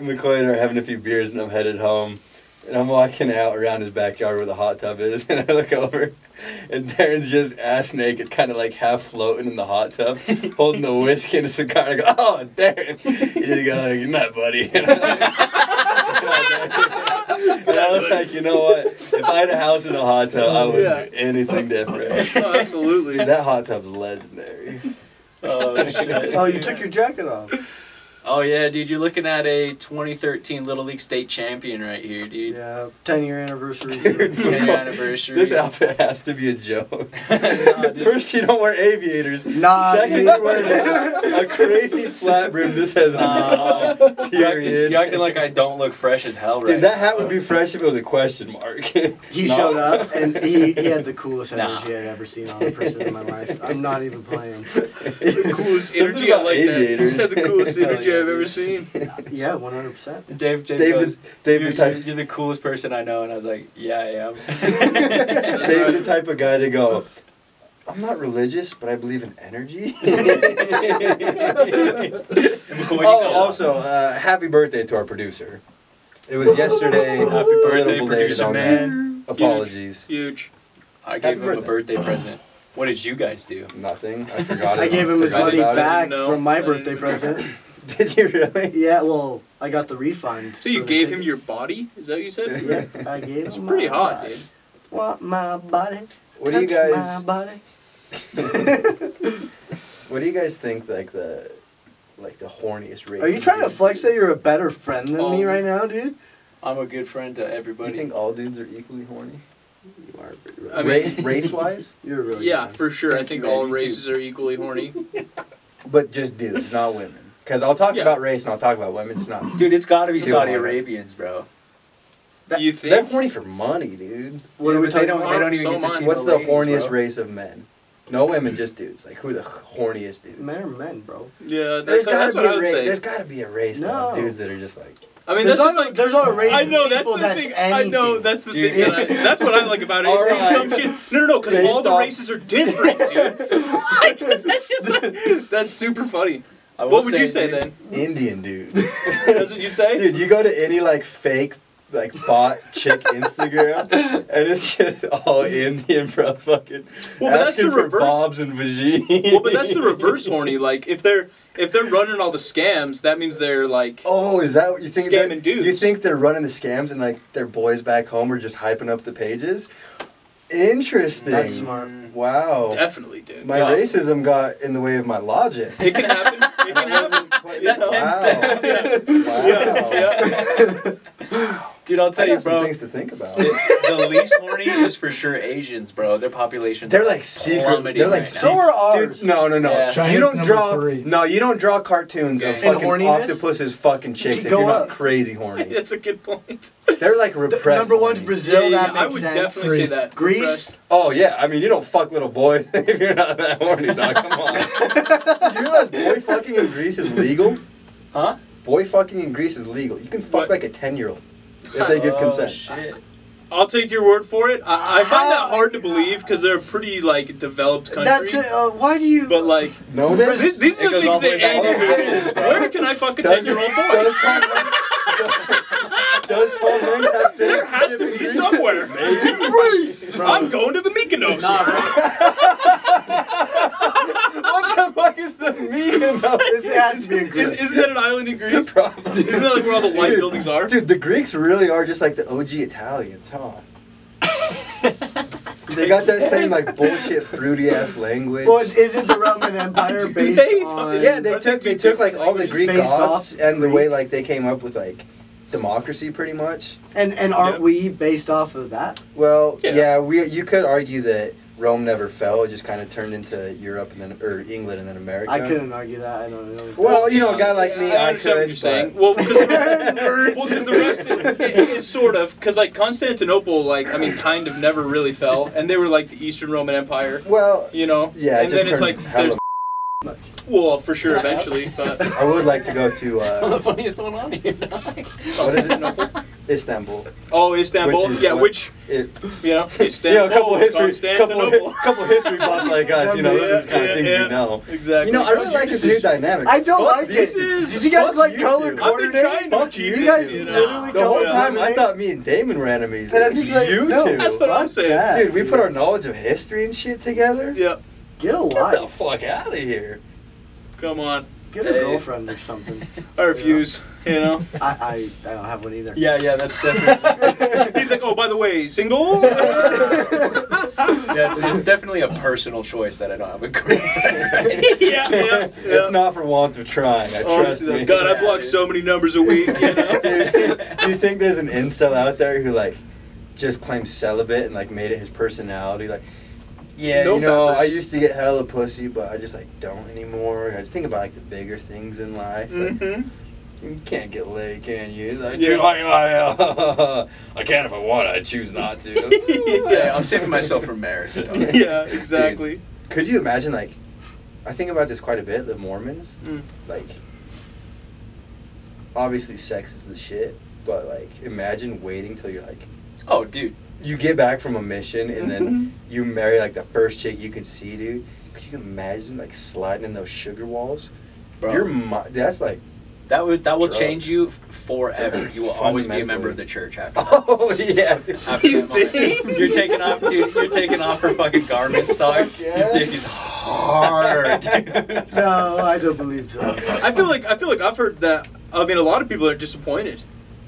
McCoy and I are having a few beers and I'm headed home, And I'm walking out around his backyard where the hot tub is, and I look over, and Darren's just ass naked, kind of like half floating in the hot tub, holding a whiskey and a cigar. I go, "Oh, Darren!" He just go, like, "You're not, buddy." And I was like, "You know what? If I had a house in a hot tub, I would
Yeah.
do anything different."
Oh, absolutely.
Dude, that hot tub's legendary.
Oh, shit.
Oh, you took your jacket off.
Oh yeah, dude, you're looking at a 2013 Little League state champion right here, dude.
Yeah, ten year anniversary.
Dude.
so-
10 year anniversary.
This outfit has to be a joke.
Nah, dude.
First, you don't wear aviators.
Nah,
Second,
dude.
you're wearing a crazy flat brim. This has
Nah.
no
You're acting,
period.
you're acting like I don't look fresh as hell right
Dude, that hat
now.
would be fresh if it was a question mark.
He
No.
showed up and he, he had the coolest
Nah.
energy I've ever seen on a person in my life. I'm not even playing.
the coolest
Something
energy. I
about
like that. You
aviators.
said the coolest
Hell
energy
yeah,
I've ever
dude.
seen.
Yeah, 100%.
Dave, Dave,
Dave,
goes,
the, Dave,
you're,
the type,
you're the coolest person I know, and I was like, yeah, I am.
Dave, the type of guy to go. I'm not religious, but I believe in energy.
Before you
oh,
go.
also, uh, happy birthday to our producer. It was yesterday.
Happy
A little
birthday,
belated
producer
on
man.
that. Apologies.
Huge.
I gave him
Happy
a birthday present. What did you guys do?
Nothing. I forgot.
I
it.
gave him his
Forgot
money
about it.
back
No,
from
I
my
didn't
birthday
even-
present.
Did you really?
Yeah, well, I got the refund.
So you
for the
gave him
ticket.
your body? Is that what you said?
Yeah, I gave him
It's pretty
my
hot,
body.
dude.
Want my body?
What do you
touch
guys?
My body.
What do you guys think? Like the, like the horniest race.
Are you trying to flex that you're a better friend than
Oh.
me right now, dude?
I'm a good friend to
You
everybody.
think all dudes are equally horny? You are.
I mean-
race race wise,
You're a really
Yeah,
good
for sure. I
Thank
think
you,
all
man. You too.
races are equally horny.
but just dudes, not women. Because I'll talk
Yeah.
about race and I'll talk about women. It's not.
Dude, it's got to be
Dude,
Saudi
why not?
Arabians, bro.
Do you
They're
think?
horny for money, dude.
What are
Yeah,
we
but
talking
they don't,
about?
They don't even
So
get to
am I.
see
What's
the,
the
ladies,
horniest
bro.
race of men? No women, just dudes. Like who the horniest dudes?
Men are men, bro.
Yeah, that's,
There's gotta
that's
be
what I
a
would
race.
say.
There's gotta be a race though, of
No.
dudes that are just like.
I mean,
there's
that's just
not-
like
there's not a race
I know
of
that's
people
the
that's
thing. I know
anything.
that's the
Dude,
thing. That I,
it's-
that's what I like about it. It's the
Alright.
assumption. No, no, no. Because
Based
all the
off-
races are different, dude. Like, that's just like, that's super funny.
I will
What would you say
dude,
then?
Indian dudes.
That's what you'd say.
Dude, you go to any like fake like bot chick Instagram, and it's just all Indian bro fucking
Well, but that's
asking
the
for
reverse-
bobs and vagine.
Well, but that's the reverse horny. Like if they're if they're running all the scams, that means they're like
Oh, is that what you think?
Scamming
that-
dudes.
You think they're running the scams and like their boys back home are just hyping up the pages? Interesting.
That's smart.
Wow.
definitely, dude.
My
Yeah.
racism got in the way of my logic.
It can happen. It can happen.
That wow.
Dude, I'll
I
tell you,
got some
bro.
things to think about.
the the least horny is for sure Asians, bro. Their population.
They're like secret.
plummeting
They're like
right
So
secret-
are ours.
Dude, no, no, no.
Yeah.
You
China's
don't
number
draw.
three.
No, you don't draw cartoons of
Okay.
And
fucking
horniness?
octopuses fucking chicks if
Go
you're not
up.
crazy horny.
That's a good point.
They're like repressed.
Number one's
horny.
Brazil.
Yeah, yeah,
that
yeah,
makes
I would
sense.
definitely
Greece.
say that.
Greece.
Oh yeah, I mean you don't fuck little boy if you're not that horny, dog. Come on. you realize boy fucking in Greece is legal?
Huh?
Boy fucking in Greece is legal. You can fuck
What?
like a ten year old if they give
Oh,
consent.
Shit.
I'll take your word for it. I, I find that
How-
hard to believe because they're a pretty like developed country.
That's it. Uh, why do you?
But like
No,
thi- these,
It
are the
goes all
things
the
that
way back
Andy
to
Griffith
Genesis,
is.
bro.
Where can I fuck a ten
does,
year old boy?
does Tom Hanks- does Tom Hanks have sex?
There has to be somewhere. I'm going to the Mykonos.
What the fuck is the meme about
this has to be in
Is,
Greece.
isn't that an island in Greece? Isn't that like where all the white
Dude.
buildings are?
Dude, the Greeks really are just like the OG Italians, huh? they got that same like bullshit fruity ass language.
Well, isn't the Roman Empire based
They-
on?
yeah, they
Aren't
took
they
they
two
took like all the
languages
Greek
based
gods
off
and the
Greek?
way like they came up with like democracy pretty much.
And and aren't
Yeah.
we based off of that?
Well,
Yeah.
yeah, we you could argue that Rome never fell; it just kind of turned into Europe and then or England and then America.
I couldn't argue that. I don't know.
Well, you know, a guy like me,
I
I, could.
understand what you're saying.
but-
Well, because the rest, well, 'cause the rest is, is sort of because like Constantinople, like I mean, kind of never really fell, and they were like the Eastern Roman Empire,
Well,
you know.
yeah, it
and
just
then it's
turned
like
hella
there's well for sure
Yeah.
eventually, but
I would like to go to
I'm the
uh,
funniest one on here. dog.
what is it?
Constantinople.
Istanbul.
Oh, Istanbul.
Which is
yeah,
what-
which
It,
you know, Istanbul.
yeah, a couple history, couple,
Constantinople.
couple history buffs like us, you know,
Yeah,
this is the kind
yeah,
of things
yeah.
we know.
Exactly.
You know, I really like this new dynamic.
I don't
Fuck
like
these
it.
is-
Did you guys
fuck
like
you
color
two.
I've been
coordinated?
trying to
Fuck
keep
you
it,
guys
know.
literally
The whole
Yeah.
time I
Right?
thought me and Damon were enemies.
And I
It's
think, like,
you
no.
two.
That's what I'm saying.
that.
Dude, we put our knowledge of history and shit together.
Yeah,
Get a
Get the
life.
fuck out of here.
come on.
Get a
Hey.
girlfriend or something.
I refuse. You know.
I, I, I don't have one either.
Yeah, yeah, that's definitely
He's like, oh, by the way, single.
yeah, it's, it's definitely a personal choice that I don't have a girlfriend. Right?
yeah, yeah, yeah.
It's not for want of trying. I trust
Honestly, though,
me.
God, I
Yeah,
block
dude.
so many numbers a week. You know?
Dude, do you think there's an incel out there who like just claims celibate and like made it his personality? Like, yeah,
No
you know,
fat
I
person.
used to get hella pussy, but I just like don't anymore. I just think about like the bigger things in life. It's like,
Mhm.
you can't get laid, can you? It's Like,
Yeah.
dude, Mm-hmm. I, I, uh, I can if I want. I choose not to.
Yeah, I'm saving myself for marriage. so.
Yeah, exactly.
Could you imagine like? I think about this quite a bit. The Mormons,
Mm.
like, obviously sex is the shit, but like, imagine waiting till you're like
Oh, dude.
you get back from a mission and then
Mm-hmm.
you marry like the first chick you could see, dude. Could you imagine like sliding in those sugar walls?
Bro.
Your mi- that's like
That would that will
Drugs.
change you f- forever. You will always be a member of
Fundamentally.
the church after that.
oh yeah, dude.
After
You
that moment.
think?
You're taking off, dude. You're taking off her fucking garments, dog.
Fuck yeah.
Your dick is hard. dude.
No, I don't believe so.
I feel like I feel like I've heard that. I mean, a lot of people are disappointed.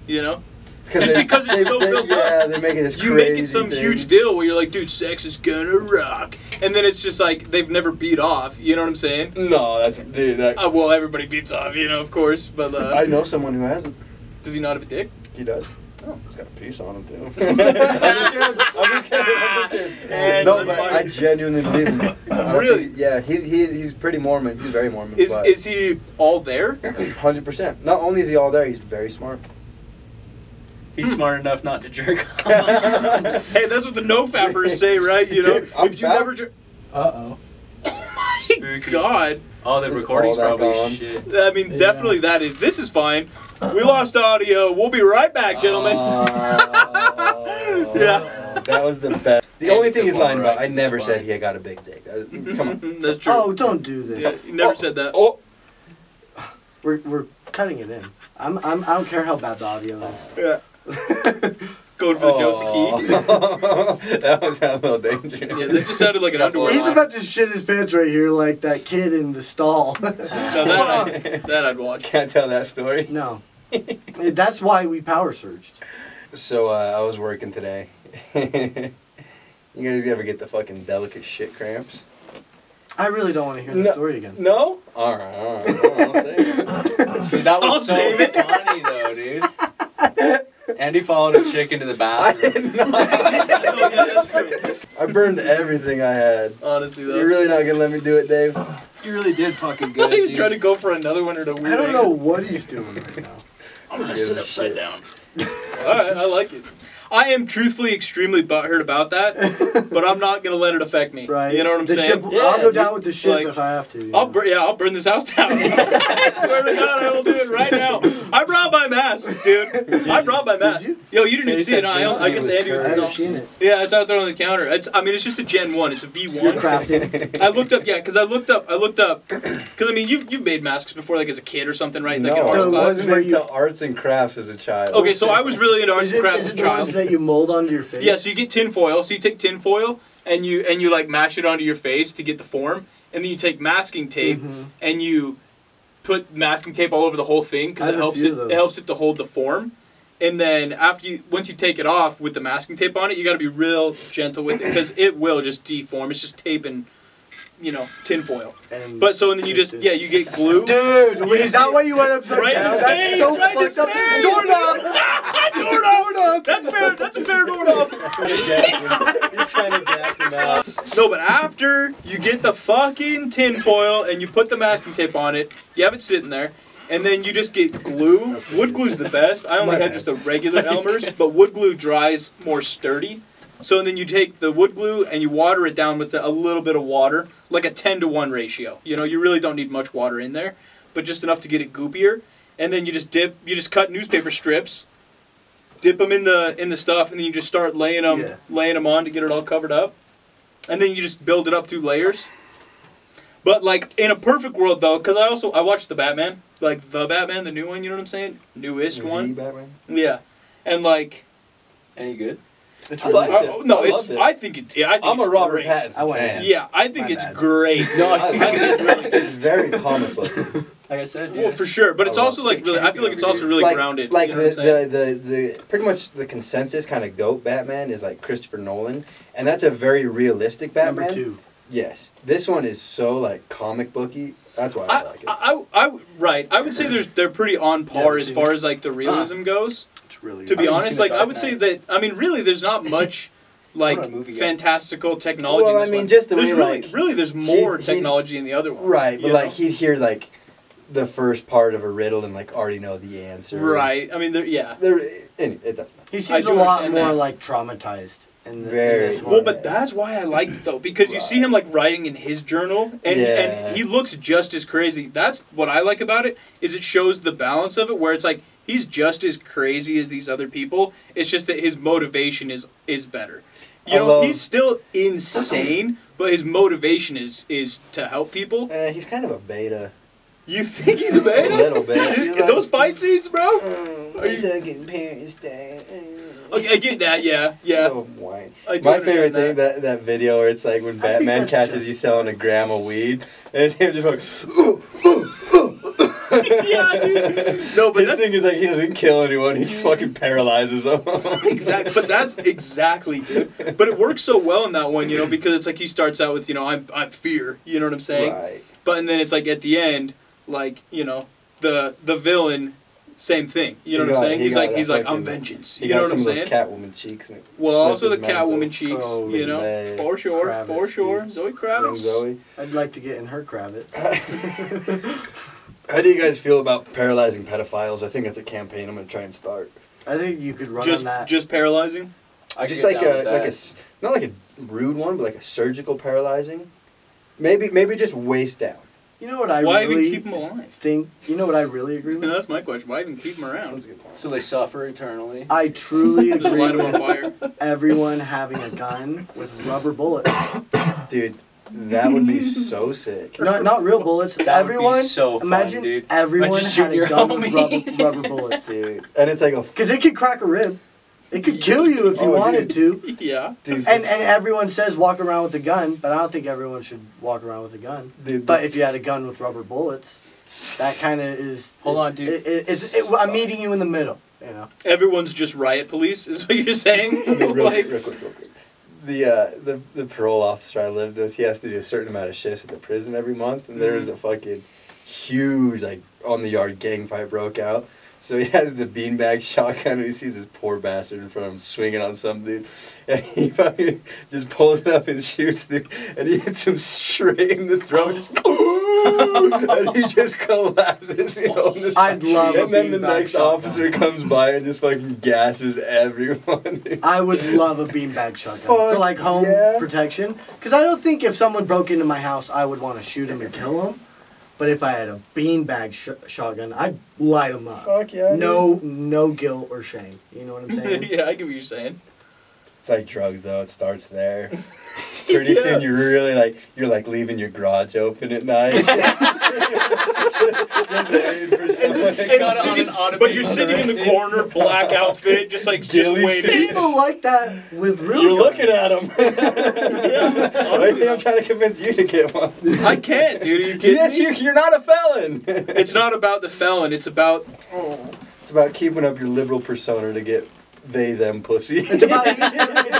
You know,
Because
Just because it's so built up.
Yeah, they make it this
you
crazy
make it some
thing.
huge deal where you're like, dude, sex is gonna rock, and then it's just like they've never beat off. You know what I'm saying?
No, that's dude. That,
Uh, well, everybody beats off, you know, of course. But uh,
I know someone who hasn't.
does he not have a dick?
He does. Oh, he's got a piece on him too. I'm just kidding. I'm just kidding. I'm just kidding.
And
no,
that's
but
why-
I genuinely believe him. I don't
Really?
think- yeah, he's he, he's pretty Mormon. He's very Mormon.
Is
but
is he all there?
Hundred percent. Not only is he all there, he's very smart.
He's smart enough not to jerk off.
Dude,
Hey, that's what the no fappers say, right? You know,
Dude, I'm
if you
fat.
never. Dr-
Uh oh.
My
Spooky.
God,
All the
Is all
recording's
that
probably
gone?
shit.
I mean,
Yeah.
definitely that is. This is fine. We lost audio. We'll be right back, gentlemen.
Uh,
Yeah.
Oh. That was the best. The
Yeah,
only
it's
thing
the
he's lying
one right
about, I
in the
never
spine.
said he got a big dick. That- Come on.
that's true.
Oh, don't do
yeah,
this.
you never said that.
Oh,
We're, we're cutting it in. I'm, I'm, I don't care how bad the audio is.
Yeah. Going for the
Oh.
Joseki.
that was a little dangerous.
Yeah, that just sounded like an underwear.
He's
line.
about to shit his pants right here like that kid in the stall.
Now that, I, that I'd watch.
Can't tell that story.
no. Eh, That's why we power surged.
So uh, I was working today. you guys ever get the fucking delicate shit cramps?
I really don't want to hear the
No.
story again.
No. All right. All right. Well, I'll say it.
Dude, that was
I'll
so
save it.
funny though, dude. Andy followed a chick into the
I
bathroom.
did not.
Oh, yeah, that's true.
I burned everything I had.
Honestly, though.
You're really not gonna let me do it, Dave.
You really did fucking
I
good.
thought he was
dude.
trying to go for another one or the weird
I don't
angle.
know what he's doing right now.
I'm gonna
Give
sit
a
upside
shit.
down. Alright, I like it. I am truthfully extremely butthurt about that, but I'm not gonna let it affect me.
Right?
You know what I'm
the
saying?
Ship,
Yeah,
I'll go
dude.
down with the ship
Like,
if I have to. you
I'll
know?
bur- yeah, I'll burn this house down. I swear to God, I will do it right now. I brought my mask, dude. I brought my mask.
you?
Yo, you didn't even
They
see
said
it. I, I
Bruce Lee
guess
was
Andy was
I
in
haven't
the.
seen it.
Yeah, it's out there on the counter. It's, I mean, it's just a Gen One. It's a V
You're
one.
crafted.
I looked up, yeah, because I looked up, I looked up, because I mean, you you've made masks before, like as a kid or something, right? Like in
No,
arts
I
Those
class.
ones
wasn't
where you-
into arts and crafts as a child.
Okay, so I was really into arts
Is
and
it,
crafts
is
as
it
a
the ones
child.
that you mold onto your face?
Yeah, so you get tin foil. So you take tin foil and you and you like mash it onto your face to get the form, and then you take masking tape
Mhm.
and you put masking tape all over the whole thing
I
because
have
it
a
helps
few
it,
of
it
those.
helps it to hold the form. And then after you, once you take it off with the masking tape on it, you got to be real gentle with it because it will just deform. It's just tape and, you know, tin foil.
And-
But so and then you just yeah you get glue.
Dude, is that why you went upside
Right in
down?
his
That's
face,
so
right in his
fucked up.
face.
Doorknob!
doorknob.
Doorknob!
That's fair. That's a fair doorknob.
He's trying to gas him out.
No, but after you get the fucking tin foil and you put the masking tape on it, you have it sitting there, and then you just get glue. Wood glue's the best. I only
My
had
bad.
just the regular Elmer's, but wood glue dries more sturdy. So then you take the wood glue and you water it down with a little bit of water, like a 10 to 1 ratio. You know, you really don't need much water in there, but just enough to get it goopier. And then you just dip, you just cut newspaper strips dip them in the in the stuff, and then you just start laying them
Yeah.
laying them on to get it all covered up, and then you just build it up through layers. But like in a perfect world though, because I also I watched the Batman, like the Batman, the new one. You know what I'm saying? Newest
The
one.
Batman?
Yeah, and like
Any good?
It's
I like
really
it.
oh, no,
I
it's
loved it.
I think it. Yeah, I think
I'm
it's
a Robert
great.
Pattinson
I went-
fan.
Yeah, I think
My
it's
bad.
great.
No,
I think it's really
it's very comic book.
Like I said, dude.
Well, for sure, but
I
it's
love
also like
Steve
really. I feel like
Champion
it's
over
also
here.
really
like,
grounded.
Like
you know
the,
what I'm saying?
the, the the pretty much the consensus kind of goat Batman is like Christopher Nolan, and that's a very realistic Batman.
number two.
Yes, this one is so like comic booky. That's why I,
I,
like it.
I, I, I- right. I would say there's they're pretty on
Yeah,
par
I've
as
seen
far as
Ah.
like the realism goes.
It's really
To be
haven't
honest,
seen The
like I
Dark
would say
Knight.
that I mean really there's not much like
Not a movie yet.
fantastical technology.
Well,
in
I
this
mean,
one.
just the
there's
way,
really
like,
really there's more
he- he-
technology in the other one.
right, but
you
like
know?
he'd hear like the first part of a riddle and like already know the answer.
right. I mean, there, yeah.
There, any, it doesn't.
He
I
seems
do
a lot
understand
more
that.
like traumatized. In the,
Very.
In this one.
Well, but that's why I liked it though, because you see him like writing in his journal, and
Yeah.
and he looks just as crazy. That's what I like about it is it shows the balance of it, where it's like he's just as crazy as these other people. It's just that his motivation is is better. You
I
know,
love-
he's still insane, but his motivation is is to help people.
Uh, he's kind of a beta.
You think he's a beta?
little bit.
You-
He's like-
Those fight scenes, bro.
Are
Uh, you-
fucking parents day?
Okay, I get that. Yeah, yeah.
So whiny.
I do
Oh, My
understand
favorite
that.
thing that that video where it's like when
think
Batman
that's
catches
just-
you selling a gram of weed, and it's him just like,
yeah, dude. No, but
his
that's
thing is like he doesn't kill anyone, he just fucking paralyzes them.
exactly. But that's exactly, dude. But it works so well in that one, you know, because it's like he starts out with, you know, I'm I'm fear. You know what I'm saying?
Right.
But and then it's like at the end, like you know, the the villain, same thing. You know
He
what I'm
got-
saying?
he
He's
got
like
that
he's like I'm
fucking-
vengeance.
He
You know
got
what
some
I'm
of those
saying?
Catwoman cheeks. and it
Well,
flipped
also the
his mouth
Catwoman
up.
cheeks.
Oh,
you know,
man.
for sure,
Kravitz,
for sure. Zoe
Young
Kravitz.
Zoe.
I'd like to get in her Kravitz.
How do you guys feel about paralyzing pedophiles? I think that's a campaign I'm gonna try and start.
I think you could run
Just
on that.
just paralyzing.
I
just
could
like
get down
a
with
like a
that.
s- not like a rude one, but like a surgical paralyzing. Maybe maybe just waist down.
you know what I
Why
really
even keep him alive?
think? You know what I really agree
You know,
with?
that's my question. Why even keep him around?
so they suffer eternally.
I truly
Just
agree
light him on
with
fire.
everyone having a gun with rubber bullets.
Dude, that would be so sick.
Not not real bullets.
That would be
everyone.
so fun,
imagine
dude.
everyone
Imagine
had
shooting
a
your
gun with
homie.
rubber, rubber bullets.
Dude, and it's like a f-
Because it could crack a rib. It could kill you if you
Oh,
wanted to.
Yeah.
dude,
And and everyone says walk around with a gun, but I don't think everyone should walk around with a gun.
dude,
But if you had a gun with rubber bullets, that kind of is.
Hold on,
it's-
dude.
It, it, it's, it, I'm meeting you in the middle. You know.
Everyone's just riot police, is what you're saying?
real, real
like,
quick, real quick, real quick. The, uh, the the parole officer I lived with, he has to do a certain amount of shifts at the prison every month, and there
Mm.
was a fucking huge like on the yard gang fight broke out. So he has the beanbag shotgun, and he sees this poor bastard in front of him swinging on some dude, and he fucking just pulls it up and shoots, dude, and he hits him straight in the throat, just and he just collapses. You know, on this
I'd love a
And then the
beanbag
next
shotgun.
officer comes by and just fucking gasses everyone. Dude.
I would love a beanbag shotgun for
Fuck
like home
yeah.
protection. Because I don't think if someone broke into my house, I would want to shoot him and kill him. But if I had a beanbag sh- shotgun, I'd light him up.
Fuck yeah, dude.
No, no guilt or shame. You know what I'm saying?
yeah, I get what you're saying.
It's like drugs though. It starts there. Pretty
Yeah.
soon you're really like you're like leaving your garage open at night. Just waiting for
It's- on
someone to come.
an
Sitting-
automated
but you're sitting in the
direction.
corner, black outfit, just like just
Ghillie
waiting.
suit.
People like that with real.
You're
guns.
looking at them. I think I'm trying to convince you to get one.
I can't, dude. Are you kidding
Yes,
me?
you're, you're not a felon.
It's not about the felon. It's about
It's about keeping up your liberal persona to get they them pussy.
It's about you.